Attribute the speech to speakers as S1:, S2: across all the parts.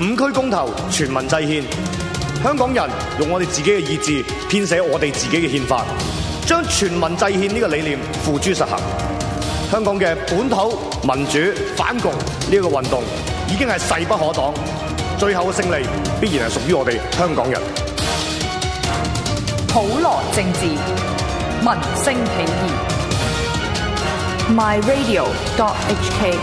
S1: 五區公投，全民制憲，香港人用我哋自己嘅意志編寫我哋自己嘅憲法，將全民制憲呢個理念付諸實行。香港嘅本土民主反共呢一個運動已經係勢不可擋，最後嘅勝利必然係屬於我哋香港人。
S2: 普羅政治，民聲起義。myradio.hk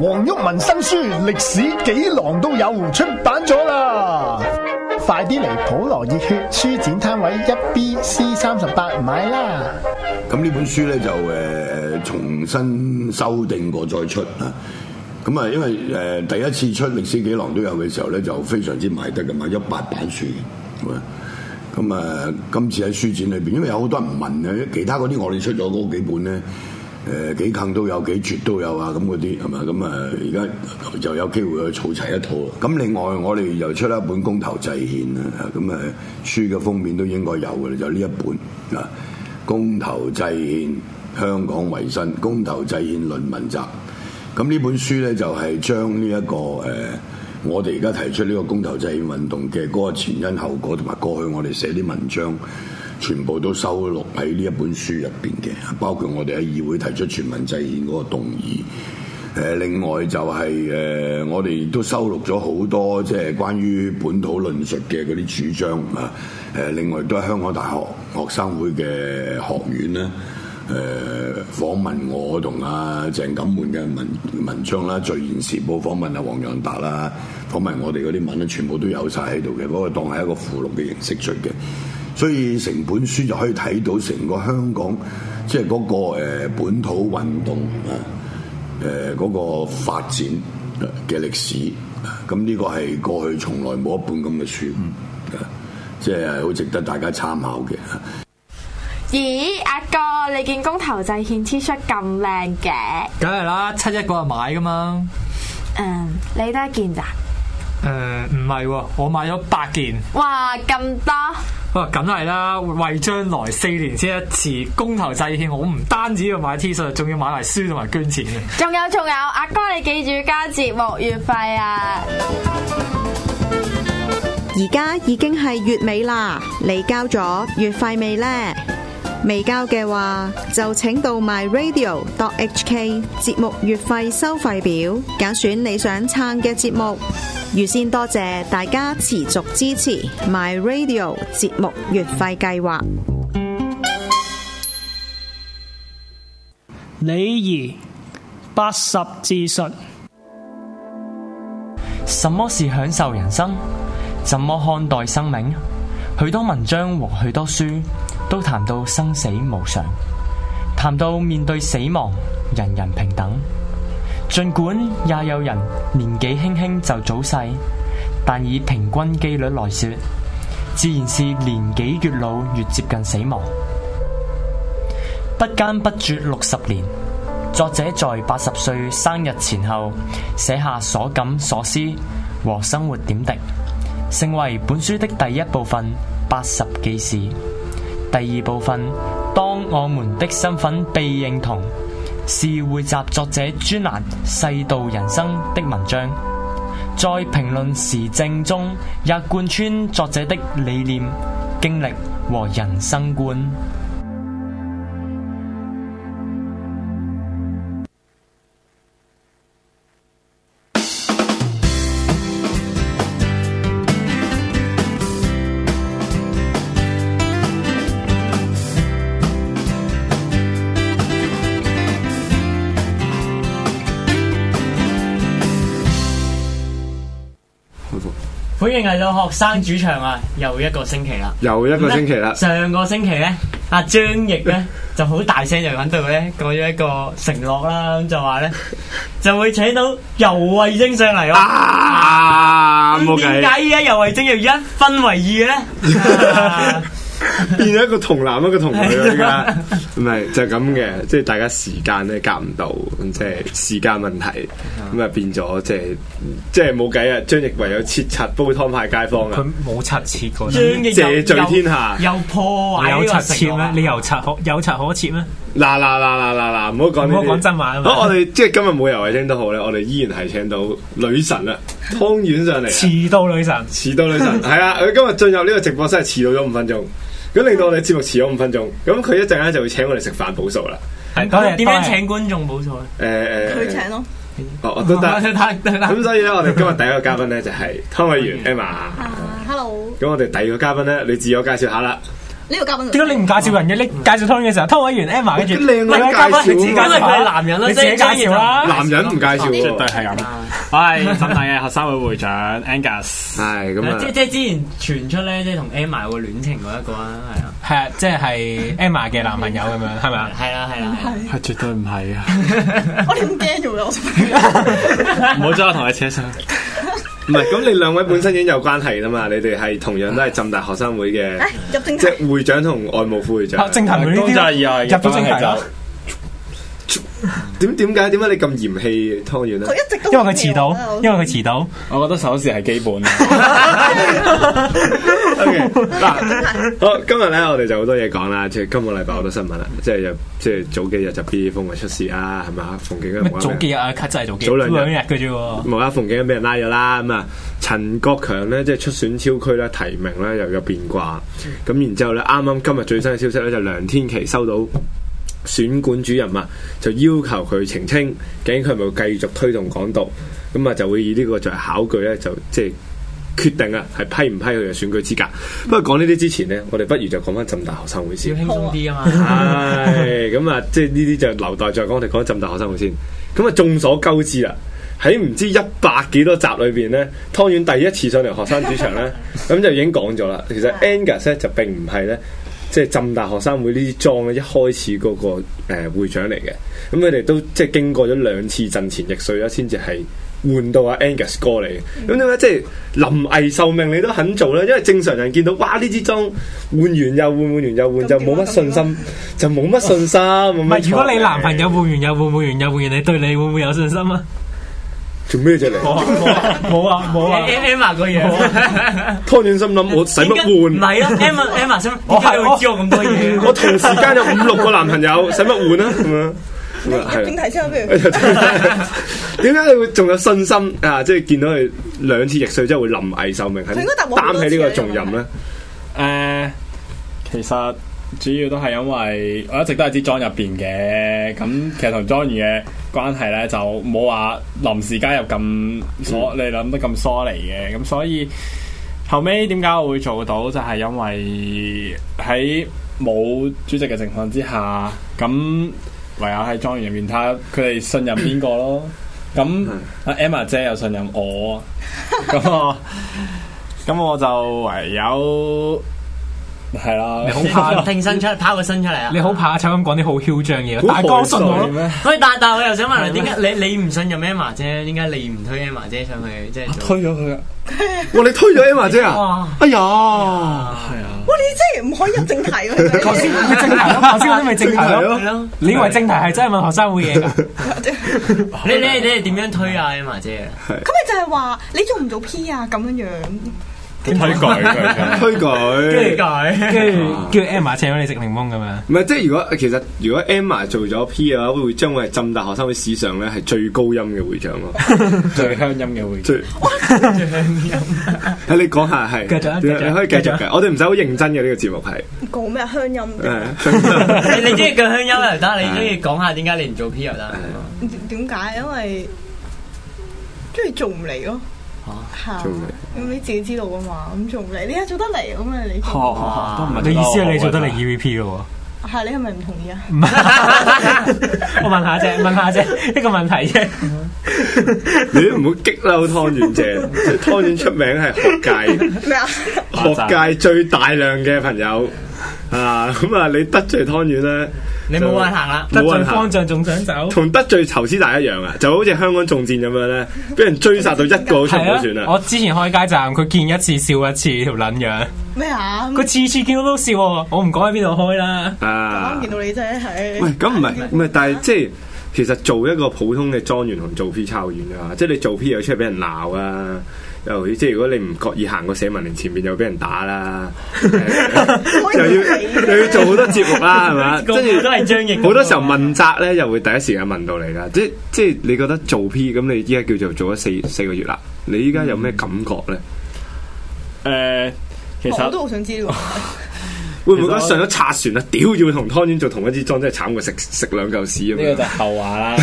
S3: 黃毓民新書《歷史幾郎》都有出版咗啦，快啲嚟普羅熱血書展攤位一 B C 三十八買啦！
S4: 咁呢本書咧就誒、呃重新修訂過再出啊。咁啊，因為誒、呃第一次出歷史幾郎都有嘅時候咧，就非常之賣得嘅，賣咗八版書嘅。咁啊咁啊，今次喺書展裏邊，因為有好多人問咧，其他嗰啲我哋出咗嗰幾本咧，誒、幾近都有，幾絕都有啊，咁嗰啲係嘛？咁啊，而家就有機會去儲齊一套啦。咁另外我哋又出一本公投制憲啊，咁啊書嘅封面都應該有嘅啦，就呢一本啊。公投制憲香港維新，公投制憲論文集。咁呢本書呢，就係、將呢、一個誒、呃我哋而家提出呢個公投制憲運動嘅嗰個前因後果，同埋過去我哋寫啲文章，全部都收錄喺呢一本書入邊嘅，包括我哋喺議會提出全民制憲嗰個動議。誒、另外就係、誒、我哋都收錄咗好多即係關於本土論述嘅嗰啲主張啊。誒、另外都係香港大學學生會嘅學院咧。誒、訪問我同阿鄭錦滿嘅文文章啦，《聚言時報》訪問阿黃洋達啦，訪問我哋嗰啲文咧，全部都有晒喺度嘅，嗰、個當係一個附錄嘅形式出嘅。所以成本書就可以睇到成個香港即係嗰個、誒本土運動啊。誒嗰、個發展嘅歷史，咁呢個係過去從來冇一本咁嘅書，即係好值得大家參考嘅。
S5: 咦，阿哥，你件公投制憲 T 恤咁靚嘅，
S6: 梗係啦，七一嗰日買噶嘛。
S5: 嗯，你得一件咋？
S6: 誒、唔係喎，我買咗八件。
S5: 哇，咁多！
S6: 哇，梗係啦，為將來四年先一次公投制憲，我唔單止要買 T 恤，仲要買埋書同埋捐錢嘅。
S5: 仲有仲有，阿哥你記住交節目月費啊！
S7: 而家已經係月尾啦，你交咗月費未呢？未交嘅話，就請到 myradio.hk 節目月費收費表，揀選你想撐嘅節目。預先多謝大家持續支持 myradio 節目月費計劃。
S8: 李仪八十自述。
S9: 什麼是享受人生？怎麼看待生命？許多文章和許多書都談到生死無常，談到面對死亡，人人平等。儘管也有人年紀輕輕就早逝，但以平均機率來說，自然是年紀越老越接近死亡。不間不絕六十年，作者在八十歲生日前後寫下所感所思和生活點滴，成為本書的第一部分《八十記事》。第二部分《當我們的身份被認同》，是匯集作者專欄《世道人生》的文章，在評論時政中也貫穿作者的理念、經歷和人生觀。
S10: 歡迎嚟到學生主場啊！又一個星期啦，
S11: 又一個星期啦
S10: 咁呢上個星期咧，阿張譯咧就好大聲就喺度咧講咗一個承諾啦，咁就話咧就會請到游慧晶上嚟啊！
S11: 啊，冇
S10: 點
S11: 計。
S10: 解依家游慧晶要一分為二嘅咧？啊
S1: 變咗一個同男一啊個同女啦，而 家唔係就係咁嘅，即係大家時間咧夾唔到，即係時間問題，咁啊變咗即係即係冇計啊！張譯唯有切柒煲湯派街坊啊！
S9: 冇拆切過，
S1: 張翼又謝罪天下
S8: 又破壞
S9: 有
S8: 呢個
S9: 拆
S8: 承
S9: 切
S8: 諾
S10: 啊
S9: 咩？你又拆可有拆可切咩？
S1: 嗱嗱嗱嗱嗱嗱，唔好講呢啲
S9: 唔好講真話啊嘛
S1: 好，我哋即係今日冇遊藝廳都好咧，我哋依然係請到女神啦，湯圓上嚟啊。
S9: 遲到女神，
S1: 遲到女神係啊！佢今日進入呢個直播室係遲到咗五分鐘，咁令到我哋節目遲咗五分鐘。咁佢一陣間就會請我哋食飯補數啦。係
S8: 咁點樣請
S10: 啊
S8: 觀眾冇
S1: 誒
S8: 錯？
S1: 誒
S8: 佢請咯。
S1: 哦，都 得
S8: 得得得
S1: 咁 所以咧，我哋今日第一個嘉賓咧就係湯慧圓 Emma。
S7: Hello，
S1: 咁我哋第二個嘉賓咧，你自我介紹下啦。
S7: 呢個嘉賓
S9: 點解你唔介紹人嘅？你
S4: 嗯
S9: 介紹湯嘅時候，湯委員 Emma 跟住
S1: 靚
S9: 喂嘉賓你自己介紹
S8: 因為佢係
S4: 啊
S8: 男人啦
S9: 你自己介紹啊
S8: 啊
S9: 啦。
S1: 男人唔介紹喎
S4: 絕對係咁。我係浸大嘅學生會會長 Angus。
S1: 係啊
S8: 即即之前傳出咧，即係同 Emma 有個戀情嗰一個啊，係啊，
S9: 係啊，即係 Emma 嘅男朋友咁樣，係咪啊？
S8: 係啦係啦，
S4: 係絕對唔係啊！
S7: 我哋唔驚咗啦，我
S4: 唔
S7: 想
S4: 好將我同你扯上。
S1: 唔係，咁你兩位本身已經有關係啦嘛，你哋係同樣都係浸大學生會 嘅，
S7: 入正
S1: 即係會長同外務副會長。
S9: 啊正題唔呢啲啦入咗正題啦。
S1: 點點解點解你咁嫌棄湯圓咧？
S9: 因為佢遲到，因為佢遲到。
S4: 我覺得守時係基本。
S1: 好，今日咧我哋就好多嘢講啦，即係今個禮拜好多新聞啦，即係又即係早幾日就 B 風咪出事啦，係咪啊？馮景
S9: 咩
S1: 恩無啦啦
S9: 早幾日啊？cut 真係早幾
S1: 早兩日
S9: 兩日嘅啫喎。
S1: 無啦啦馮景恩俾人拉咗啦，咁啊陳國強咧即係出選超區啦，提名啦又有變卦，咁然之後咧啱啱今日最新嘅消息咧就梁天琦收到。選管主任啊，就要求佢澄清，究竟佢係咪繼續推動港獨，咁啊就會以呢個作為考據咧，就即係決定啊，係批唔批佢嘅選舉資格。不過講呢啲之前呢，我哋不如就講翻浸大學生會先，
S8: 要輕鬆啲啊嘛。
S1: 係咁啊，即係呢啲就留待再講。我哋講浸大學生會先。咁啊，眾所周知啦，喺唔知一百幾多集裏邊咧，湯圓第一次上嚟學生主場咧，咁就已經講咗啦。其實 Angus 咧就並唔係咧。即係浸大學生會呢啲莊咧，一開始嗰、個誒、呃、會長嚟嘅，咁佢哋都即係經過咗兩次陣前易帥啦，先至係換到阿 Angus 哥嚟嘅。咁點解即係臨危受命你都肯做咧？因為正常人見到哇呢支莊 換完又換，換完又換，就冇乜信心，就冇乜信心。唔
S9: 唔係，如果你男朋友換完又換，換完又換完，你對你會唔會有信心啊？
S1: 做咩啫你？
S9: 冇啊冇啊
S8: Emma 個樣，
S1: 湯圓心諗我使乜換？
S8: 唔係啊，Emma Emma 心，點解你會知我咁多嘢？
S1: 我同時間有五六個男朋友，使乜換啊？咁樣咁啊，係啦
S7: 正題先啦，不如
S1: 點解你會仲有信心啊？即係見到佢兩次逆水之後會臨危受命，肯
S7: 佢應該答我好多
S1: 擔起呢個
S7: 次啊
S1: 重任咧？
S4: 誒、呃其實主要都係因為我一直都係支莊入邊嘅，咁其實同莊園嘅關係咧就冇話臨時加入咁疏，你諗得咁疏離嘅，咁所以後尾點解我會做到就係因為喺冇主席嘅情況之下，咁唯有喺莊園入面睇下佢哋信任邊個咯。咁阿 Emma 姐又信任我，咁我咁我就唯有係啦。
S8: 你好怕挺身出，拋個身出嚟啊！
S9: 你好怕醜咁講啲好囂張嘢，
S8: 好
S9: 大哥信我
S8: 害羞
S9: 咯。
S8: 喂，但但我又想問啦，點解你你唔信任 Emma 姐？點解你唔推 Emma 姐上去即係做？
S4: 推咗佢啊！
S1: 哇！你推咗 Emma 姐啊！哎呀，
S7: 哇，你真係唔可以入正題啊！
S9: 頭先咪正題咯，頭先嗰啲咪正題
S1: 正題
S9: 咯。你以為正題係真係問學生會嘢㗎？
S8: 你你你係點樣推啊 Emma 姐啊？
S7: 咁咪就係話你做唔做 P 啊？咁樣樣
S4: 推舉佢
S1: 推舉，
S9: 跟住叫 Emma 請咗你食檸檬咁樣。
S1: 唔係，即係如果其實如果 Emma 做咗 P 嘅話，會將會係浸大學生會史上咧係最高音嘅會長咯，
S4: 最鄉音嘅會
S1: 長。係你講下係，
S9: 繼續啊
S1: 你
S9: 繼續啊
S1: 你可以繼
S9: 繼
S1: 續
S9: 續啊
S1: 嘅。我哋唔使好認真嘅呢個節目係
S7: 講咩鄉音？
S1: 係。
S8: 你你中意講香優又得，你中意講下點解你唔做 P 又得。
S7: 點點解？因為中意做唔嚟咯。嚇
S1: 做唔嚟
S7: 咁你自己知道噶嘛？咁做唔嚟，你係做得嚟咁啊？你做唔嚟
S4: 都唔係
S9: 你意思係你做得嚟 EVP 咯
S7: 係你係咪唔同意啊？
S9: 喎？我問下啫，問下啫，一個問題啫。
S1: 你都唔好激嬲湯圓姐，湯圓出名係學界。
S7: 咩啊？
S1: 學界最大量嘅朋友啊，咁啊，你得罪湯圓咧，
S8: 你
S1: 就
S8: 冇運行啦
S9: 得
S1: 冇
S9: 罪
S1: 運行
S9: 方。丈仲想走。
S1: 同得罪仇師大一樣啊，就好似香港中箭咁樣咧，俾人追殺到一個都出唔到船
S9: 係啊！
S1: 啊！
S9: 我之前開街站，佢見一次笑一次條撚樣，
S7: 咩啊？
S12: 佢次次見到都笑喎，我唔講喺邊度開啦。
S9: 啊
S7: 啱！見到你真係
S9: 喂，咁唔係唔係，但係即係其實做一個普通嘅莊園同做 P 差好遠㗎，即係你做 P 又出嚟俾人鬧啊，又即係如果你唔覺意行過社民連前面又俾人打 啦，又要又要做好多節目啦，係 嘛？
S8: 個個都係張譯
S9: 好多時候問責咧，又會第一時間問到你啦。即即係你覺得做 P 咁，你依家叫做做咗四四個月啦，你依家有
S12: 嗯
S9: 咩感覺咧？
S3: 誒，其
S7: 我哦都好想知呢個問題。
S9: 會唔會覺得上咗拆船啊？屌，要同湯圓做同一支裝，真係慘過食食兩嚿屎咁樣。
S3: 呢個就後話 啦。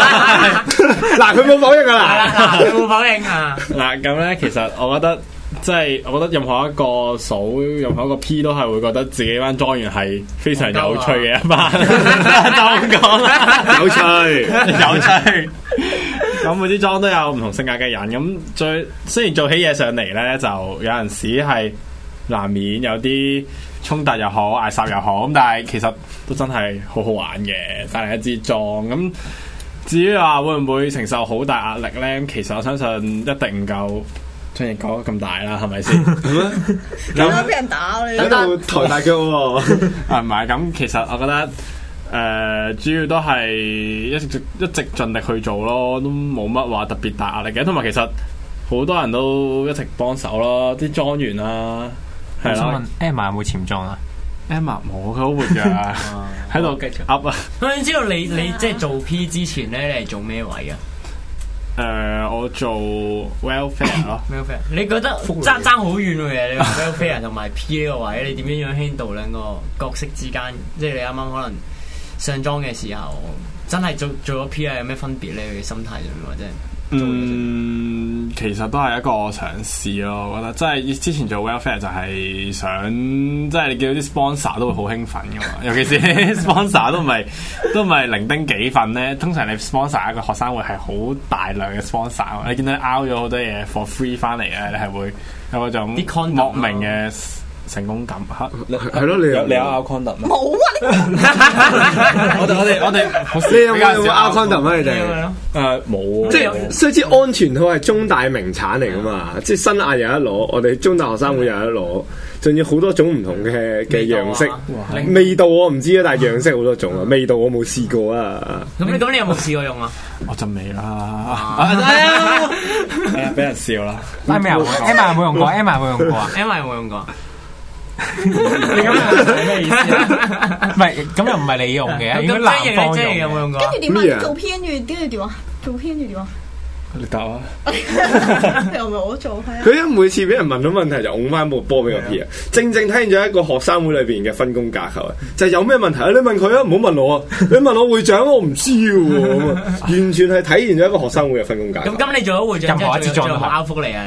S9: 嗱，佢冇否認㗎啦。
S8: 嗱，有冇否認啊？
S3: 嗱，咁咧，其實我覺得即係，我覺得任何一個數，任何一個 P 都係會覺得自己班莊園係非常有趣嘅一 班，就咁講啦，
S9: 有趣
S3: 有趣。咁每支莊都有唔同性格嘅人，咁最雖然做起嘢上嚟咧，就有陣時係難免有啲衝突又好，嗌霎又好，咁但係其實都真係好好玩嘅，帶嚟一支莊咁。至於話會唔會承受好大壓力呢？其實我相信一定唔夠張翼講咁大啦，係咪先？
S7: 咁樣俾人打啊你，
S9: 抬大腳喎，
S3: 啊唔係咁，其實我覺得誒、呃主要都係一直一直盡力去做咯，都冇乜話特別大壓力嘅。同埋其實好多人都一直幫手咯，啲莊園啦，係
S12: 我想
S3: 啦
S12: 問 Emma 有冇潛裝啊？
S3: ，Emma 冇佢好活躍 啊，喺度噏啊！
S8: 我想知道你你即係做 P 之前咧，你係做咩位啊？
S3: 誒、我做 welfare 咯
S8: welfare 你覺得爭爭好遠嘅，你話 welfare 同埋 P 呢個位，你點樣樣 handle 兩個角色之間？即係你啱啱可能上莊嘅時候，真係做做咗 P 啊，有咩分別咧？你嘅心態上面或者
S3: 嗯，其實都係一個嘗試咯，我覺得即係之前做 welfare 就係想，即係你見到啲 sponsor 都會好興奮噶嘛，尤其是 sponsor 都唔係都唔係零丁幾份咧，通常你 sponsor 一個學生會係好大量嘅 sponsor，啊你見到 out 咗好多嘢 for free 翻嚟啊咧，你係會有嗰種莫名嘅成功感嚇，
S9: 係咯，你有你有
S3: out condom 咩？
S7: 冇啊！
S3: 我哋我哋我哋好
S9: 你有
S3: 比
S9: 冇有冇
S3: 較少
S9: out condom 啊？你哋
S3: 誒冇啊
S9: 即係雖知安全套係中大名產嚟噶嘛，即係新亞又一攞，我哋中大學生會又一攞，仲要好多種唔同
S3: 嗯
S9: 嘅嘅樣式
S8: 味道啊。
S9: 味道我唔知啊，但係樣式好多種啊，味道我冇試過啊。
S8: 咁你咁你有冇試過用啊？
S3: 我就未 啦，
S8: 啊
S3: 係啊俾人笑啦。
S7: 啊
S12: Emma 有冇 Emma 有冇用過？Emma 有冇用過啊？
S8: Emma 有冇用過？
S12: 你咁樣係咩意思啊？唔係，咁又唔係你用嘅，
S8: 咁
S12: 應該
S8: 張翼
S12: 男
S8: 你
S12: 方
S8: 張翼有
S12: 用
S8: 冇
S12: 嘅。
S8: 用
S9: 哎
S8: 過？
S5: 跟住
S7: 哎
S5: 點
S12: 咩
S5: 啊
S12: 啊？
S5: 做 P 跟住跟住點啊？做 P 跟住點啊？
S3: 你答啊！
S7: 你 又唔係我做係啊？
S9: 佢一每次俾人問到問題就拱翻部波俾個 P 啊，正正體現咗一個學生會裏邊嘅分工架構啊，就係有咩問題啊？你問佢啊，唔好問我啊，你問我會長我唔知喎，咁 啊完全係體現咗一個學生會嘅分工架構
S8: 咁。咁你做咗會長之
S3: 任何
S8: 後，
S3: 一
S8: 仲有
S3: 次
S8: 仲有
S3: 莊都係
S8: 冇 out 福利啊？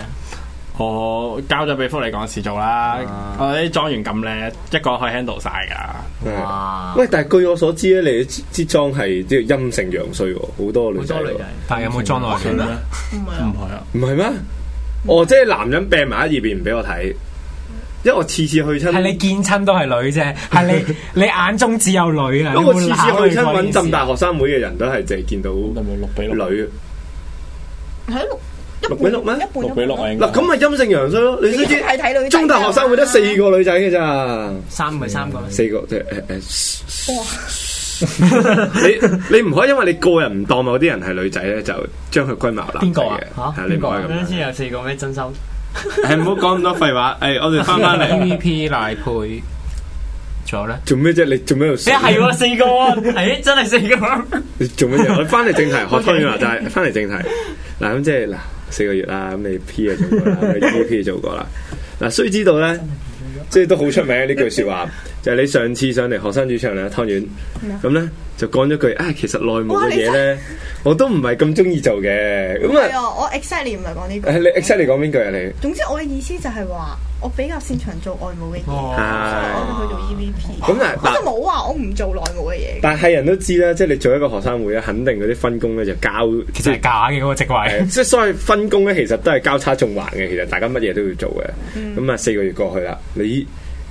S3: 我交咗俾福利講事做啦，
S8: 啊
S3: 我哋啲莊園咁叻，一個可以 handle 晒噶。
S8: 哇！
S9: 嗯喂，但係據我所知咧，你支裝係即係陰盛陽衰喎，好多女仔喎。
S12: 但係有冇裝落去
S3: 啊
S12: 咧？
S7: 唔係
S3: 唔係啊，
S9: 唔係咩？哦，即係男人病埋喺二邊唔俾我睇，因為我次次去親，
S12: 係你見親都係女啫，係你你 眼中只有女啊！
S9: 因為我次
S12: 你
S9: 次
S12: 有冇考慮
S9: 去親
S12: 過呢
S9: 揾
S12: 件事
S9: 浸大學生會嘅人都係淨係見到
S3: 六比
S9: 六女。
S7: 係六
S9: 六比六咩？
S7: 六比六啊
S9: 嗱，咁咪陰盛陽衰咯。你都知
S7: 係睇女仔㗎嘛
S9: 中大學生會得四個女仔嘅咋？
S8: 三個三個
S9: 四個即係誒誒。
S7: 哇！
S9: 你你唔可以因為你個人唔當某啲人係女仔咧，就將佢歸納男
S8: 邊
S9: 仔
S8: 個
S9: 嘅。
S8: 啊？嚇
S9: 係你唔可以
S8: 邊個啊
S9: 咁
S8: 嗰陣時有四個咩真心？
S9: 樣。係唔好講咁多廢話。誒，我哋翻返嚟
S12: EVP 賴配，仲有咧？
S9: 做咩啫？你做咩喺度笑？
S8: 誒係喎，四個喎，係真係四個。
S9: 你做乜 嘢？我哋翻嚟正題，學湯圓話就係翻嚟正題。嗱，咁即係嗱四個月啦，咁你 P 就做過啦，你 U P 做過啦。嗱，須知道咧，即係都好出名呢句説話，就係你上次上嚟學生主場咧，湯圓
S7: 咩啊
S9: 咁咧就講咗句啊，其實內幕
S7: 哇
S9: 嘅
S7: 你
S9: 嘢咧，我都唔係咁中意做嘅。咁
S7: 係
S9: 啊，
S7: 啊！我 exactly 唔係講呢
S9: 誒
S7: 句。
S9: 你 exactly 講邊句啊？你
S7: 總之我嘅意思就係話，我比較擅長做外務嘅嘢，所以
S9: 哦
S7: 哦我就去做 E EVP。
S9: 咁啊
S7: 我
S9: 嗱
S7: 就冇話我唔做內務嘅嘢。
S9: 但係人都知啦，即係你做一個學生會咧，肯定嗰啲分工咧就交，其實係
S12: 假嘅嗰個職位。
S9: 即係所謂分工咧，其實都係交叉縱橫嘅。其實大家乜嘢都要做嘅。
S7: 嗯
S9: 咁啊、四個月過去啦，你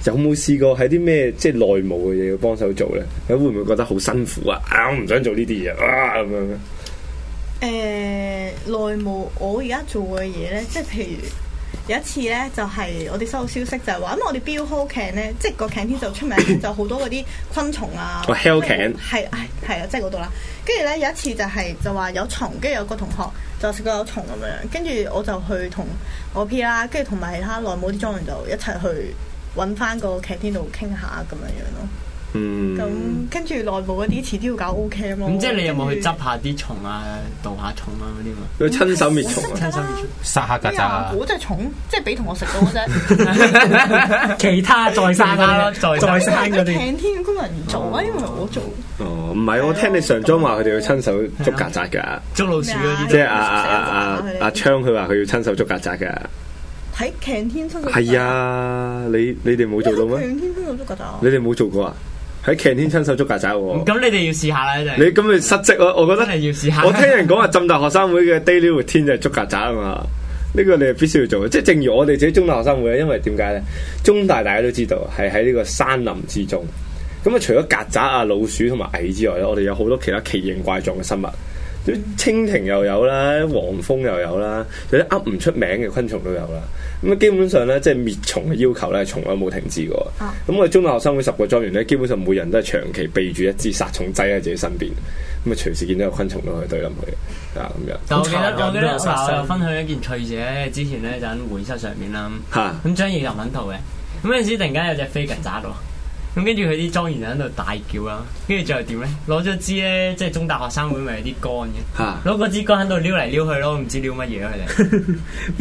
S9: 有冇試過喺啲咩即係內務嘅嘢要幫手做咧？你會唔會覺得好辛苦啊？啊，我唔想做呢啲嘢啊咁樣。
S7: 誒內務我而家做嘅嘢咧，即係譬如有一次咧，就係、我哋收到消息就係話，因為我哋 Bill Hall Can 咧，即係個 canteen 就出名， 就好多嗰啲昆蟲啊。
S9: 哦，Hell Can
S7: 係係係啊，即係嗰度啦。跟住咧有一次就係、就話有蟲，跟住有個同學就食到有蟲咁樣，跟住我就去同我 P 啦，跟住同埋其他內務啲莊員就一齊去揾翻個 canteen 度傾下咁樣樣咯。
S9: 嗯，
S7: 咁跟住內務嗰啲遲啲要搞 O K 啊嘛。
S8: 咁即係你有冇去執下啲蟲啊、導下蟲啊嗰啲嘛？
S9: 佢親手滅蟲啊
S8: 親手滅蟲，
S12: 殺下曱
S7: 咩啊？
S12: 甴，
S7: 嗰隻蟲即係俾同學食到嗰隻。
S12: 其他再生嗰啲，再生嗰啲。
S7: 擎天工人做啊，因為我做
S9: 哦，唔係，啊我聽你上莊話佢哋要親手捉曱甴㗎，
S8: 捉老鼠嗰啲
S9: 即係
S7: 啊
S9: 阿阿阿阿阿昌佢話佢要親手捉曱甴㗎，
S7: 睇擎天出
S9: 係，啊，你你哋冇做到咩？
S7: 擎天出都覺得
S9: 你哋冇做過啊？喺 c a n t 親手捉曱甴喎。
S8: 咁你哋要試下啦，真
S9: 你
S8: 係。
S9: 咁咪失職啊咯？我覺得
S8: 真係要試下
S9: 我聽人講話浸大學生會嘅 daily routine 就係捉曱甴啊嘛。呢個你係必須要做嘅，即係正如我哋自己中大學生會咧，因為點解咧？中大大家都知道係喺呢個山林之中，咁啊除咗曱甴啊、老鼠同埋蟻之外咧，我哋有好多其他奇形怪狀嘅生物，啲蜻蜓又有啦，黃蜂又有啦，有啲噏唔出名嘅昆蟲都有啦。咁啊基本上咧，即係滅蟲嘅要求咧，從來冇停止過。咁、我哋中大學生會十個莊園咧，基本上每人都係長期備住一支殺蟲劑喺自己身邊，咁啊隨時見到有昆蟲都可以對冧佢啊咁樣。
S8: 但我記得我記得
S9: 好殘
S8: 嗱，我
S9: 忍
S8: 有分享一件趣事咧，之前咧就喺會室上面啦。
S9: 嚇
S8: 咁張怡就揾到嘅，咁嗰陣時突然間有隻飛曱甴咯。咁跟住佢啲莊園就喺度大叫啦，跟住最後點咧？攞咗支咧，即係中大學生會咪有啲杆
S9: 嚇
S8: 嘅，攞嗰支杆喺度撩嚟撩去咯，唔知撩乜嘢啊佢哋。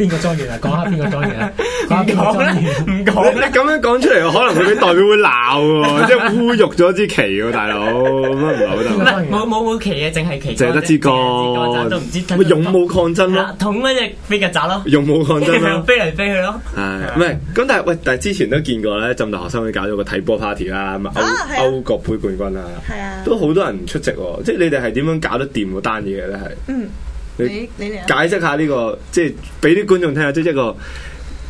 S12: 邊個莊園啊？講下邊個莊園 啊？講下邊個莊園？
S8: 唔
S9: 講你咁樣講出嚟，可能佢啲代表會鬧喎，即係侮辱咗支旗喎，大佬咁啊唔係好
S8: 唔 係
S9: 得。
S8: 冇冇冇旗嘅，淨係旗
S9: 就係
S8: 杆啫。
S9: 得支
S8: 杆
S9: 杆，
S8: 都唔知真
S9: 咪勇武抗爭咯，
S8: 捅啊嗰只飛曱甴咯，
S9: 勇武抗爭啊咯。
S8: 飛嚟飛去咯。
S9: 係，唔係咁？但係喂，但係之前都見過咧，浸大學生會搞咗個睇波 party 啦，咁啊歐歐國杯冠軍啦，
S7: 係啊，
S9: 都好多人出席喎。即係你哋係點樣搞得掂嗰單嘢嘅咧？係
S7: 嗯，
S9: 你
S7: 你你嚟啊
S9: 解釋下呢個，即係俾啲觀眾聽下，即係一個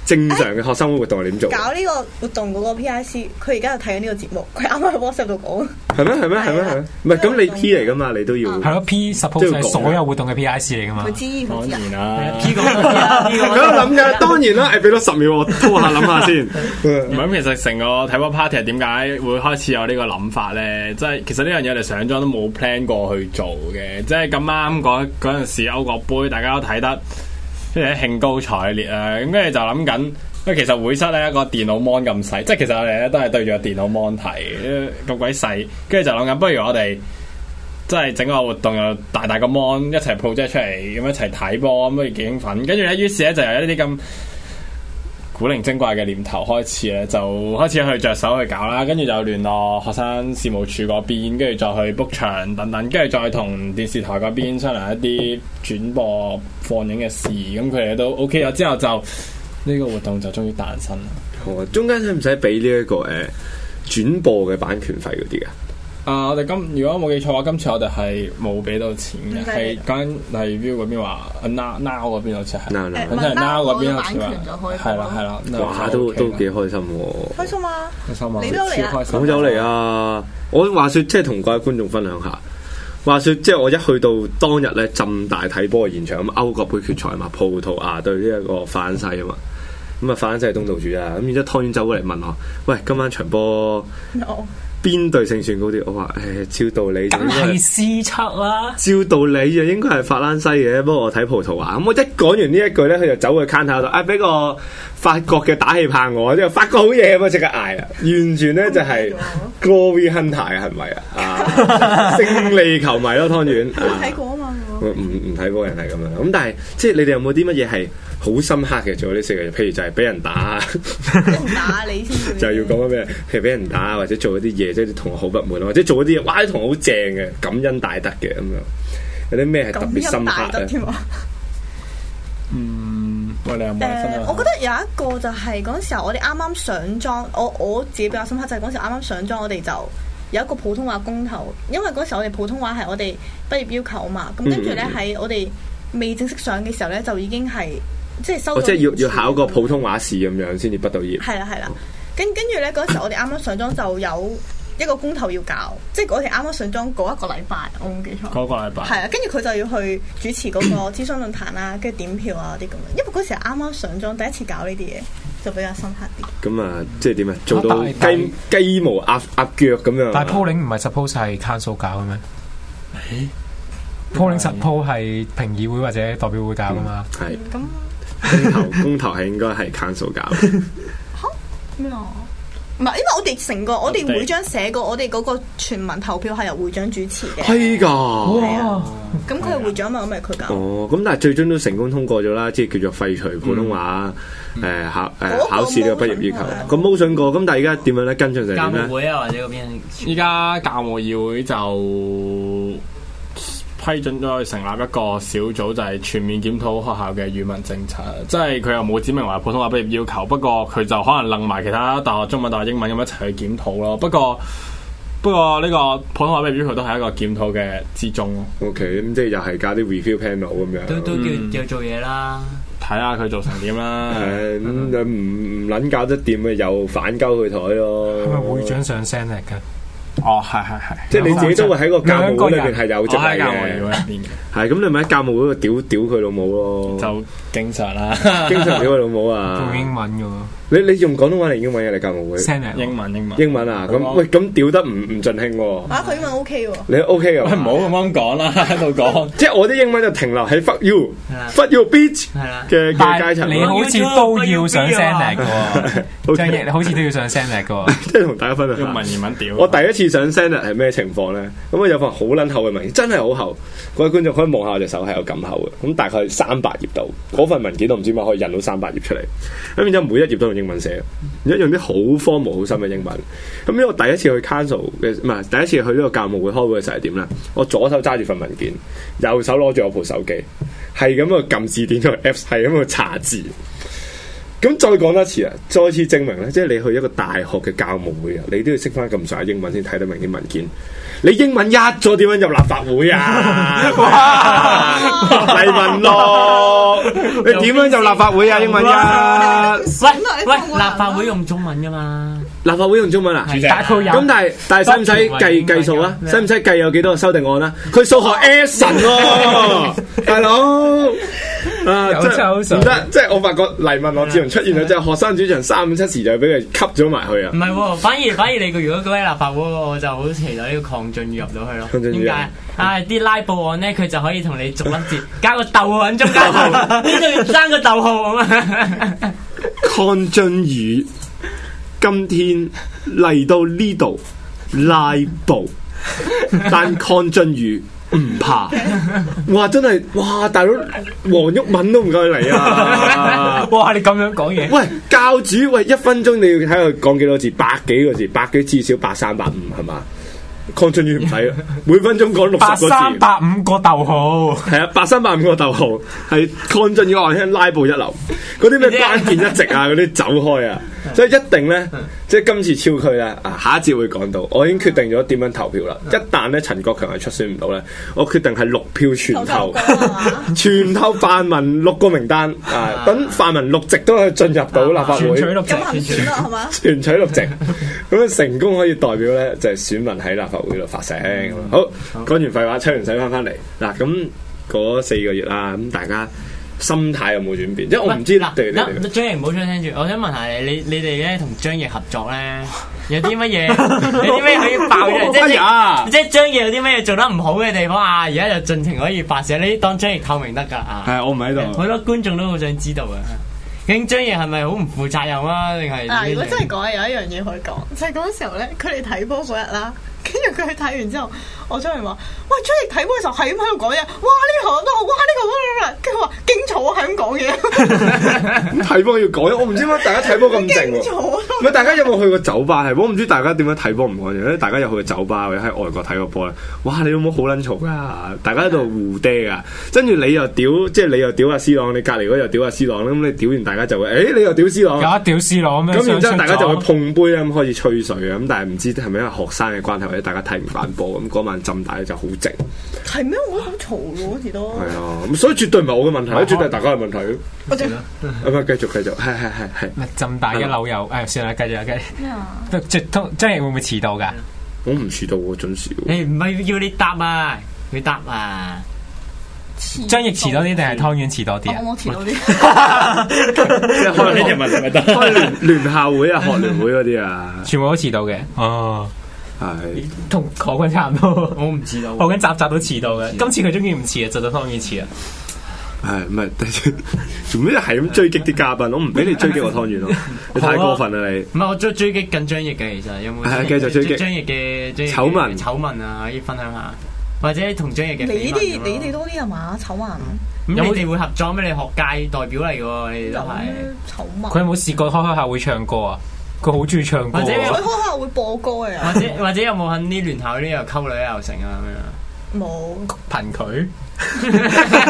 S9: 正常嘅學生會活動係點做？啊
S7: 搞呢個活動嗰個 PIC，佢而家就睇緊呢個節目，佢啱啱喺 WhatsApp 度講。
S9: 係咩？係咩？係咩？係咩？唔係啊咁你 P 嚟噶嘛？你都要係
S12: 咯，P
S9: 即
S12: suppose
S9: 係要
S12: 係
S9: 講啊
S12: 所有活動嘅 PIC 嚟噶嘛
S7: 佢？知佢知啊，
S9: 啦
S8: 呢個 咁
S9: 我諗嘅，當然啦，誒，俾多十秒我拖下諗下先。
S3: 唔係咁，其實成個睇波 party 係點解會開始有呢個諗法咧？即係其實呢樣嘢我哋上莊都冇 plan 過去做嘅，即係咁啱嗰嗰陣時歐國杯，大家都睇得即係興高采烈啊！咁跟住就諗緊，因為其實會室咧個電腦 mon 咁細，即係其實我哋咧都係對住個電腦 mon 睇，咁鬼細，跟住就諗緊，不如我哋。即係整個活動又大大個 mon 一齊 project 出嚟，咁一齊睇波，咁不如幾興奮。跟住咧，於是咧就有一啲咁古靈精怪嘅念頭開始咧，就開始去着手去搞啦，跟住就聯絡學生事務處嗰邊，跟住再去 book 場等等，跟住再同電視台嗰邊商量一啲轉播放映嘅事，咁佢哋都 OK 咗之後就。呢個活動就終於誕生啦！
S9: 好啊中間使唔使俾呢一個誒轉播嘅版權費嗰啲啊？
S3: 啊、我哋今如果我冇記錯嘅話，今次我哋係冇俾到錢
S7: 唔
S3: 嘅，
S7: 使
S3: 係講緊係 view 嗰邊話啊 now now 嗰邊好似係
S9: Now，Now
S3: 咁就係 now 嗰邊好
S7: 版
S3: 似
S7: 權就可
S3: 話
S7: 以
S3: 係啦係啦，
S9: 哇，都都幾開心喎！
S7: 開心啊！
S3: 開心啊！
S7: 你都嚟啊
S3: 超開心
S9: 好有嚟啊！我話說即係同各位觀眾分享下。話說，即係我一去到當日咧，浸大睇波嘅現場，咁歐國杯決賽嘛，葡萄牙對呢一個法蘭西啊嘛，咁啊法蘭西係東道主啊，咁然之後湯圓走過嚟問我：，喂，今晚場波
S7: 我
S9: 邊隊勝算高啲？我話：，誒，照道 理就
S12: 梗
S9: 應該
S12: 係 C 七啦，
S9: 照道理就應該係法蘭西嘅，不過我睇葡萄牙。咁我一講完呢一句咧，佢就走去 c o 度，啊俾個法國嘅打氣棒我，之後法國好嘢咁啊，即刻嗌啦！ 完全咧就係 glory hunter 啊係咪啊？ 啊，勝利球迷咯，湯圓。啊
S7: 睇過啊嘛，
S9: 唔唔睇波人係咁樣，咁但係即係你哋有冇啲乜嘢係好深刻嘅做過呢四個嘢？譬如就係俾人打，
S7: 我打你先。
S9: 就係要講緊咩？譬如俾人打，或者做一啲嘢，即係啲同學好不滿，或者做一啲嘢，哇！啲同學好正嘅，感恩戴德嘅咁樣，有啲咩係特別
S7: 咁
S9: 深
S7: 一大
S9: 刻
S7: 得
S9: 咧？
S7: 添啊！
S3: 嗯，喂，你有冇
S7: 誒、
S3: 分享
S7: 我覺得有一個就係嗰陣時候，我哋啱啱上莊，我我自己比較深刻就係嗰陣時啱啱上莊，我哋就有一個普通話公投，因為嗰陣時候我哋普通話係我哋畢業要求啊嘛，咁跟住咧
S9: 嗯嗯嗯
S7: 喺我哋未正式上嘅時候咧，就已經係即係收
S9: 哦，
S7: 到
S9: 即係
S7: 面
S9: 要要
S7: 試
S9: 考個普通話試咁樣先至畢到業。
S7: 係啦係啦，跟跟住咧嗰陣時候我哋啱啱上莊就有一一個公投要搞，即係我哋啱啱上莊嗰一個禮拜，我冇記錯。
S3: 嗰個禮拜
S7: 係啊，跟住佢就要去主持嗰個諮詢論壇啦，跟住點票啊嗰啲咁樣。因為嗰時係啱啱上莊，第一次搞呢啲嘢，就比較深刻啲。
S9: 咁啊，即係點啊？做到
S13: 但係
S9: 雞雞毛鴨鴨腳咁樣啊。
S13: 但係 polling 唔係 suppose 係 council 搞嘅咩？polling suppose 係評議會或者代表會搞噶嘛？
S9: 係
S7: 咁
S9: 公投公投係應該係 council 搞。
S7: 咩啊？唔係，因為我哋成個我哋會長寫過，我哋嗰個全民投票係由會長主持嘅。
S9: 係㗎。
S7: 係啊，咁佢係會長嘛，咁咪佢搞。
S9: 哦，咁但係最終都成功通過咗啦，即係叫做廢除普通話
S8: 嗯
S9: 誒考誒考試呢個畢業要求。咁 motion 過，咁但係而家點樣咧？跟進成
S8: 教
S9: 點
S8: 務
S9: 咧？
S8: 會啊，或者嗰邊
S3: 依家教務議會就批准咗佢成立一個小組，就係、全面檢討學校嘅語文政策。即係佢又冇指明話普通話畢業要求，不過佢就可能楞埋其他大學中文、大學英文咁一齊去檢討咯。不過不過呢個普通話畢業要求都係一個檢討嘅之中咯。
S9: OK，咁即係又係搞啲 review panel 咁樣。
S8: 都都
S3: 嗯
S8: 叫叫做嘢啦。
S3: 睇下佢做成點啦。
S9: 誒咁唔唔撚搞得掂嘅，又反鳩佢台咯。
S13: 係咪會長上聲嚟㗎？
S3: 哦，係係係，
S9: 即係你自己都會喺個教務會裏邊係有席
S3: 我喺
S9: 位
S3: 教務議會入
S9: 嘅。
S3: 邊嘅。
S9: 係咁，你咪喺教務會度屌屌佢老母咯。
S3: 就經常啦，
S9: 經常屌佢老母啊！
S13: 用英文㗎喎。
S9: 你你用廣東話定英文嘅嚟教務會？
S13: Senate
S3: 英文英文
S9: 英文啊！咁喂，咁屌得唔唔盡興喎？
S7: 啊，佢英文 OK 喎。
S9: 你 OK 啊？
S3: 唔好咁樣講 啦，喺度講。
S9: 即係我啲英文就停留喺 fuck you、
S3: 啦
S9: fuck you bitch 嘅嘅階層。
S13: 你 好似都要上聲嚟
S8: 啊
S13: 㗎喎，張翼你好似都要上聲嚟㗎喎。
S9: 即係同大家分享下。
S3: 用文言文屌
S9: 我第一次上 Senate 係咩情況咧？咁啊有份好撚厚嘅文件，真係好厚。各位觀眾可以望下我隻手係有咁厚嘅，咁大概三百頁度。嗰份文件我唔知點解可以印到三百頁出嚟。咁然之後每一頁都用英文寫，而家用啲好荒謬好深嘅英文。咁因為我第一次去 Council 嘅，唔係第一次去呢個教務會開會嘅時候係點咧？我左手揸住份文件，右手攞住我部手機，係咁去撳字典同 Apps，係咁去查字。咁再講多次啊，再次證明咧，即係你去一個大學嘅教務會啊，你都要識翻咁上下英文先睇得明啲文件。你英文一咗點樣入立法會啊？ 哇！黎文樂，你點樣入立法會啊？英文一，
S8: 喂喂，立法會用中文噶嘛？
S9: 立法會用中文啊？
S8: 係但係佢有
S9: 咁但係但係使唔使計計數啊？使唔使計有幾多個修訂案啊？佢 數學 S 神喎，大佬。啊！
S13: 有
S9: 真係
S13: 抽水
S9: 唔得，即係我發覺黎文樂自從出現咗之後，學生主場三五七時就俾佢吸咗埋去啊
S8: 唔！係喎，反而反而你個如果嗰位立法會嗰個，我就好期待呢個邝俊宇入到去咯。
S9: 鄺俊宇
S8: 點解？啊！啲拉布案咧，佢就可以同你逐粒字加個逗號喺中 間，
S9: 哦
S8: 呢度要爭個逗號咁啊！
S9: 邝俊宇今天嚟到呢度拉布，但邝俊宇唔怕。 哇！真係哇，大佬黃毓敏都唔夠佢嚟 啊！
S13: 哇！你咁樣講嘢，
S9: 喂，教主喂，一分鐘你要睇佢講幾多字？百幾個字，百幾至少百三百五係嘛？邝俊宇唔使 啊，每分鐘講六
S13: 八
S9: 十個字
S13: 三。八五個逗號。
S9: 系啊，八三八五個逗號係抗進嘅外聽拉布一流，嗰啲咩關鍵一席啊，嗰啲走 開啊，所以一定咧，即係今次超區啦，啊下一節會講到，我已經決定咗點樣投票啦。
S13: 嗯
S9: 一旦咧陳國強係出選唔到咧，我決定係六票全 投，
S13: 啊
S9: 全投泛民六個名單啊，等泛民六席都可以進入到立法會，
S13: 全取六席咁
S7: 行選啦係嘛
S9: 全取六席，咁樣成功可以代表咧就係選民喺立法會度發聲。
S8: 嗯
S9: 好，講完廢話，吹完水翻翻嚟嗱，咁嗰四個月啦，咁大家心態有冇轉變？即係我唔知啦，對你哋
S8: 嗱，張翼唔好出聲住，我想問下你，你你哋咧同張翼合作咧，有啲乜嘢？ 有啲咩可以爆出嚟？即
S9: 哎呀
S8: 係即係張翼有啲咩做得唔好嘅地方啊？而家就盡情可以發泄，你當張翼透明得㗎啊！
S3: 係我唔喺
S8: 好多觀眾都好想知道啊！究竟張翼係咪好唔負責任啊？定係
S7: 嗱，如果真係講，有一樣嘢可以講，就係嗰時候咧，佢哋睇波嗰日啦，跟住佢哋睇完之後，我張嚟話：，喂，張嚟睇波嘅時候係咁喺度講嘢，哇呢行都好，哇呢個，跟住佢話勁嘈啊，係咁講嘢，
S9: 睇波要改，我唔知點解大家睇波咁靜
S7: 勁
S9: 喎。
S7: 嘈啊。
S9: 唔係大家有冇去過酒吧？係我唔知大家點樣睇波唔講嘢咧。大家有去過酒吧或者喺外國睇過波咧？哇！你老母好撚嘈噶，大家喺度互嗲噶，跟住你又屌，即係你又屌阿 C 朗，你隔離嗰又屌阿 C 朗，咁你屌完大家就會，誒、你又屌 C 朗，
S13: 有一啊屌絲佬咁樣
S9: 咁然之後
S13: 上
S9: 大家就會
S13: 上咗
S9: 碰杯啦，咁開始吹水啊。咁但係唔知係咪因為學生嘅關係，或者大家睇唔慣波，咁嗰晚浸大就好靜。
S7: 係咩？我覺得好嘈嘅嗰時都
S9: 係啊，咁所以絕對唔係我嘅問題，絕對係大家嘅問題。
S7: 啊我就
S9: 咁啊，繼續繼續，係係係係。
S13: 啊哎浸大一樓有，誒算啦，繼續啦，繼續
S7: 咩啊？
S13: 都即通張翼會唔會遲到㗎？
S9: 我唔遲到喎，準時喎。
S8: 你唔係要你答啊，要答啊。
S7: 哦
S13: 張翼遲多啲定啊係湯圓遲多啲啊？
S7: 我冇遲到啲。
S9: 即係開呢條問題咪得？開聯聯校會啊、學聯會嗰啲啊，
S13: 全部都遲到嘅。哦，
S9: 係
S13: 同講嘅差唔多。
S8: 我唔知道。
S13: 我緊集集都遲到嘅，今次佢終於唔遲啊，就到湯圓遲啊。
S9: 係唔係？ 做咩係咁追擊啲嘉賓？我唔俾你追擊我湯圓 咯，你太過分啦你！
S8: 唔係我追追擊緊張翼嘅，其實有冇？
S9: 係啊繼續追擊
S8: 張翼嘅張翼嘅
S9: 醜聞
S8: 醜聞啊，可以分享下，或者同張翼嘅緋聞
S7: 你
S8: 咁
S7: 啲
S8: 咯
S7: 你哋多啲啊嘛，醜聞
S8: 咁你哋會合作咩？你學界代表嚟嘅喎，你哋都係。
S7: 醜
S3: 嗯
S7: 聞。
S13: 佢有冇試過開開下會唱歌啊？佢好中意唱歌啊。
S8: 或者
S7: 佢開下會播歌嘅
S8: 或者或者有冇喺啲聯校呢又溝女又成啊
S7: 冇。
S13: 貧佢。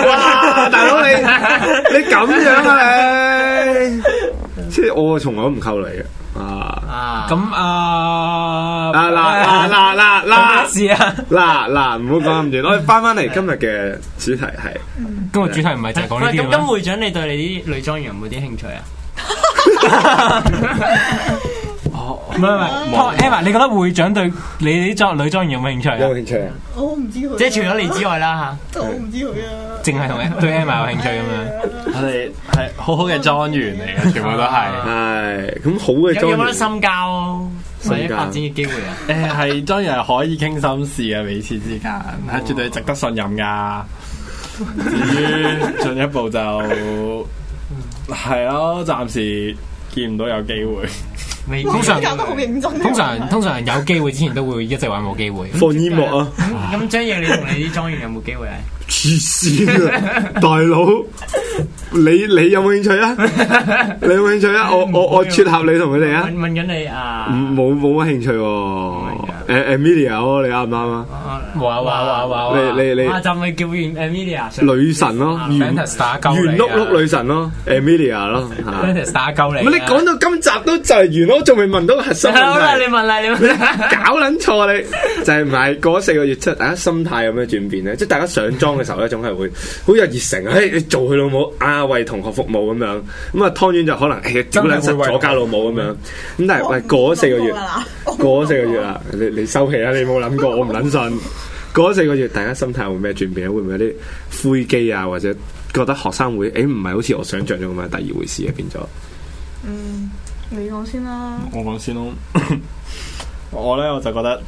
S9: 哇！啊大佬你 你咁樣啊你！即係我從來都唔溝你嘅啊！
S13: 咁啊
S9: 啊嗱嗱嗱嗱嗱，
S13: 事啊！
S9: 嗱嗱唔好講咁遠，我哋翻翻嚟今日嘅主題係。
S13: 今日主題唔係就係
S8: 咁
S13: 講
S8: 樣？
S13: 呢
S8: 喂，
S13: 啲
S8: 咁
S13: 嘅
S8: 金
S13: 咩？
S8: 會長，你對你啲女裝員有冇啲興趣啊？
S7: 哦
S13: 唔係唔係，Emma，你覺得會長對你啲裝女裝員有冇興趣啊？有
S9: 興趣啊！
S7: 我唔知佢。
S8: 即係除咗你之外啦
S7: 我唔知佢啊。
S13: 淨係同對 Emma 有興趣咁樣。
S3: 我哋係好好嘅莊園嚟嘅，全部都係。
S9: 係咁好嘅
S8: 有有冇得深交或者發展嘅機會啊？
S3: 誒係莊園係可以傾心事嘅，彼此之間係
S8: 哦
S3: 絕對值得信任噶。至於進一步就係咯，暫時見唔到有機會。
S8: 未
S7: 哇
S13: 通常
S7: 你搞得好認真。
S13: 通常通常有機會之前都會一直話冇機會。
S9: 放煙幕啊！
S8: 咁張翼，你同你啲莊員有冇機 會啊？
S9: 黐線啊，大佬！你你有冇興趣啊？你有冇興趣啊？我我我撮合你同佢哋啊！
S8: 問問緊你啊！
S3: 嗯
S9: 唔冇冇乜興趣喎。誒 Emilia 咯，你啱唔啱啊？
S13: 哇哇哇哇哇！
S9: 你你你
S8: 啊就咪叫完 Emilia 上
S9: 女神咯，圓
S13: Fantas 啊打鳩你啊
S9: 圓碌碌女神咯，Emilia 咯。 嚇
S13: Fantas 打鳩
S9: 唔
S13: 你啊。
S9: 係你講到今集都就係完咯，仲未問到核心
S8: 好啦，
S9: 問
S8: 你
S9: 題。
S8: 問啦，你
S9: 你
S8: 問啦。
S9: 搞撚錯啊你，就係唔係嗰四個月出，大家心態有咩轉變咧？即係大家上莊嘅時候咧，總係會好有熱誠啊！誒，你做佢老母啊，為同學服務咁樣。咁啊，湯圓就可能誒屌
S13: 真係會
S9: 撚實
S13: 為
S9: 左家老母咁樣。咁但係喂，嗰四個月，嗰四個月啦，你你收皮啦！你冇諗過，我唔撚信。嗰四個月，大家心態會咩轉變？會唔會有啲灰機啊，或者覺得學生會誒唔係好似我想象咗咁樣第二回事啊？變咗
S7: 嗯，你講先啦。
S3: 我講先咯。 我咧我就覺得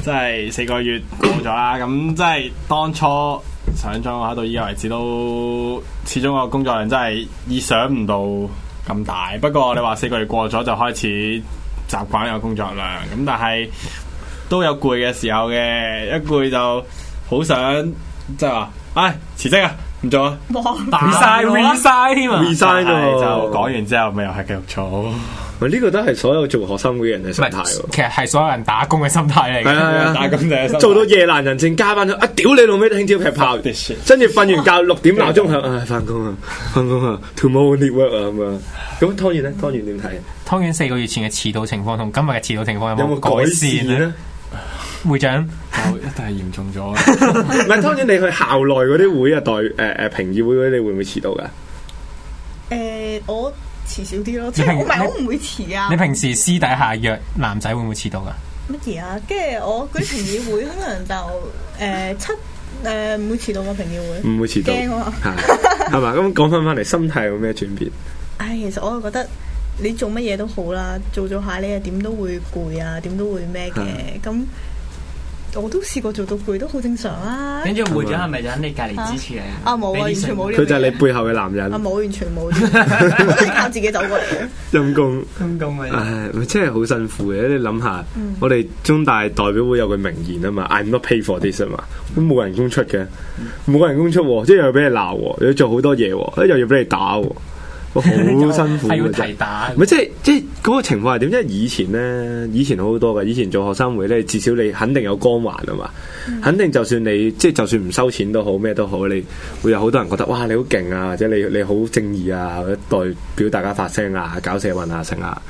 S3: 即係四個月過咗啦，咁即係當初上莊嘅話，到依家為止都始終個工作量真係意想唔到咁大。不過你話四個月過咗就開始習慣有工作量，咁但係都有攰嘅時候嘅，一攰就好想即係話，唉辭職啊，唔做啊！
S13: resign resign 添啊
S9: resign
S3: 但係
S9: 喎，
S3: 就講完之後，咪又係繼續做。
S9: 喂，呢個都係所有做學生會嘅人嘅
S13: 唔
S9: 心態
S13: 係
S9: 喎，。
S13: 其實係所有人打工嘅心態嚟
S9: 係啊係啊
S13: 嘅。
S3: 打工就係心態
S9: 做到夜難人靜，加班咗啊！屌你老味，聽朝劈炮，跟
S3: This shit
S9: 住瞓完覺六點鬧鐘響，唉翻工啊，翻工啊，tomorrow need work 啊咁啊。咁湯圓咧，湯圓點睇？啊
S13: 湯圓四個月前嘅遲到情況同今日嘅遲到情況
S9: 有
S13: 有冇
S9: 冇改
S13: 改
S9: 善
S13: 善
S8: 啊
S13: 咧？
S9: 咧？
S13: 會長，
S3: 就一定係嚴重咗。
S9: 唔係湯圓，你去校內嗰啲會啊，代誒誒評議會嗰啲，你會唔會遲到噶？
S7: 誒，我遲少啲咯，即
S13: 你
S7: 係
S13: 平
S7: 我唔係我唔會遲啊
S13: 你。平時私底下約男仔會唔會遲到噶？
S7: 乜嘢啊？跟住我嗰啲評議會可能就誒七誒唔會遲到個評議
S3: 嗯
S7: 會。
S9: 唔會遲到，
S7: 驚啊
S9: 係係嘛？咁講翻翻嚟，心態有咩轉變？
S7: 唉，其實我係覺得你做乜嘢都好啦，做做下你又點都會攰啊，點都會咩嘅。咁我都試過做到攰，都好正常 啊。
S8: 跟住會長係咪就喺你隔離支持你？
S7: 啊冇啊，完全冇呢
S9: 佢就係
S7: 樣
S9: 你
S7: 嘢
S9: 背後嘅男 人
S7: 啊，冇完全冇，我都係靠自己走過嚟嘅。
S9: 陰公。
S8: 咁咁啊嘅。
S9: 唉，咪真係好辛苦嘅。你諗下，
S7: 嗯
S9: 我哋中大代表會有句名言啊嘛，I'm not paid for this 啊嘛，咁冇人工出嘅，冇人工出喎，即係又要俾你鬧喎，又要做好多嘢喎，又要俾你打喎，哇好 辛苦
S13: 係要
S9: 嘅
S13: 提
S9: 真係。
S13: 打。
S9: 咪即係即係嗰個情況係點？因為以前咧，以前好好多嘅。以前做學生會咧，至少你肯定有光環啊嘛，肯定就算你即係就算唔收錢都好，咩都好，你會有好多人覺得哇你好勁啊，或者你你好正義啊，或者代表大家發聲啊，搞社運啊成啊。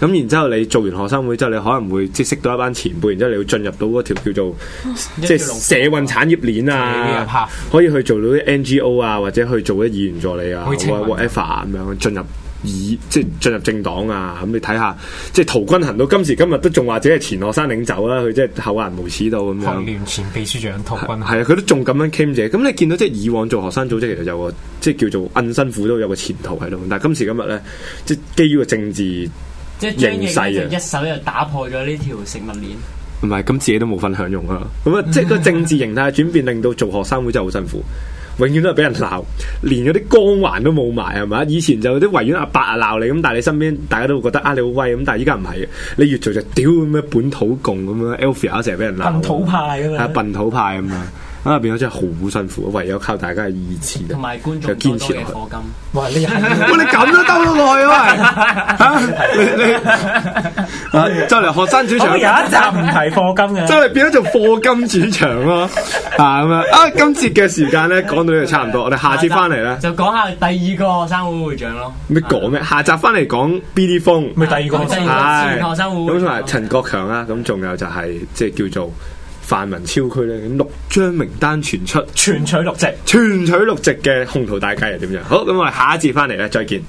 S9: 咁然之後你做完學生會之後，你可能會即係識到一班前輩，然之後你要進入到嗰條叫做哦即係社運產業鏈
S13: 入
S9: 啊。
S13: 客。
S9: 可以去做到啲 NGO 啊，或者去做啲議員助理啊
S13: 好似青雲
S9: ，whatever 咁樣進入以即係進入政黨啊！咁你睇下，即係陶君行到今時今日都仲話自己係前學生領袖啦，佢真係厚顏無恥到咁樣。
S12: 聯前秘書長陶君
S9: 係啊，佢都仲咁樣 claim 嘅。咁你見到即係以往做學生組織，其實有個即係叫做摁辛苦都有個前途喺度。但係今時今日咧，即係基於個政治
S8: 即係張
S9: 形
S8: 翼
S9: 勢
S8: 咧
S9: 啊
S8: 就一手就打破咗呢條食物鏈。
S9: 唔係，咁自己都冇份享用啊！咁啊，即係個政治形態嘅轉變，令到做學生會真係好辛苦，永遠都係俾人鬧，連嗰啲光環都冇埋，係咪以前就有啲圍院阿伯啊鬧你，咁但係你身邊大家都會覺得啊你好威，咁但係依家唔係嘅，你越做就屌咁樣本土共咁樣 e l p h a 成日俾人鬧，
S13: 笨土派咁樣
S9: 係啊笨土派咁樣，咁啊變咗真係好辛苦，唯有靠大家嘅意志同
S8: 埋觀
S9: 就
S8: 眾多
S9: 堅持
S8: 多
S9: 落
S8: 嘅
S9: 去。
S8: 課金。
S13: 哇！你
S9: 喂，你咁都兜到落去啊！喂，嚇你你啊，就嚟學生主
S13: 我有
S9: 場
S13: 一集唔提課金嘅，
S9: 真係變咗做課金主場 咯，啊咁樣啊！今節嘅時間咧講到呢度差唔多，我哋下次翻嚟咧，
S8: 就講下第二個學生會會長咯。
S9: 咩講咩？下集翻嚟講 B D 風，
S8: 咪第二個
S9: 係
S8: 第二個前學生會
S9: 咁同埋陳國強啦，咁仲有就係即係叫做泛民超區咧，咁六張名單傳出，
S13: 全取六席，
S9: 全取六席嘅控途大計係點樣？好，咁我哋下一節翻嚟咧，再見。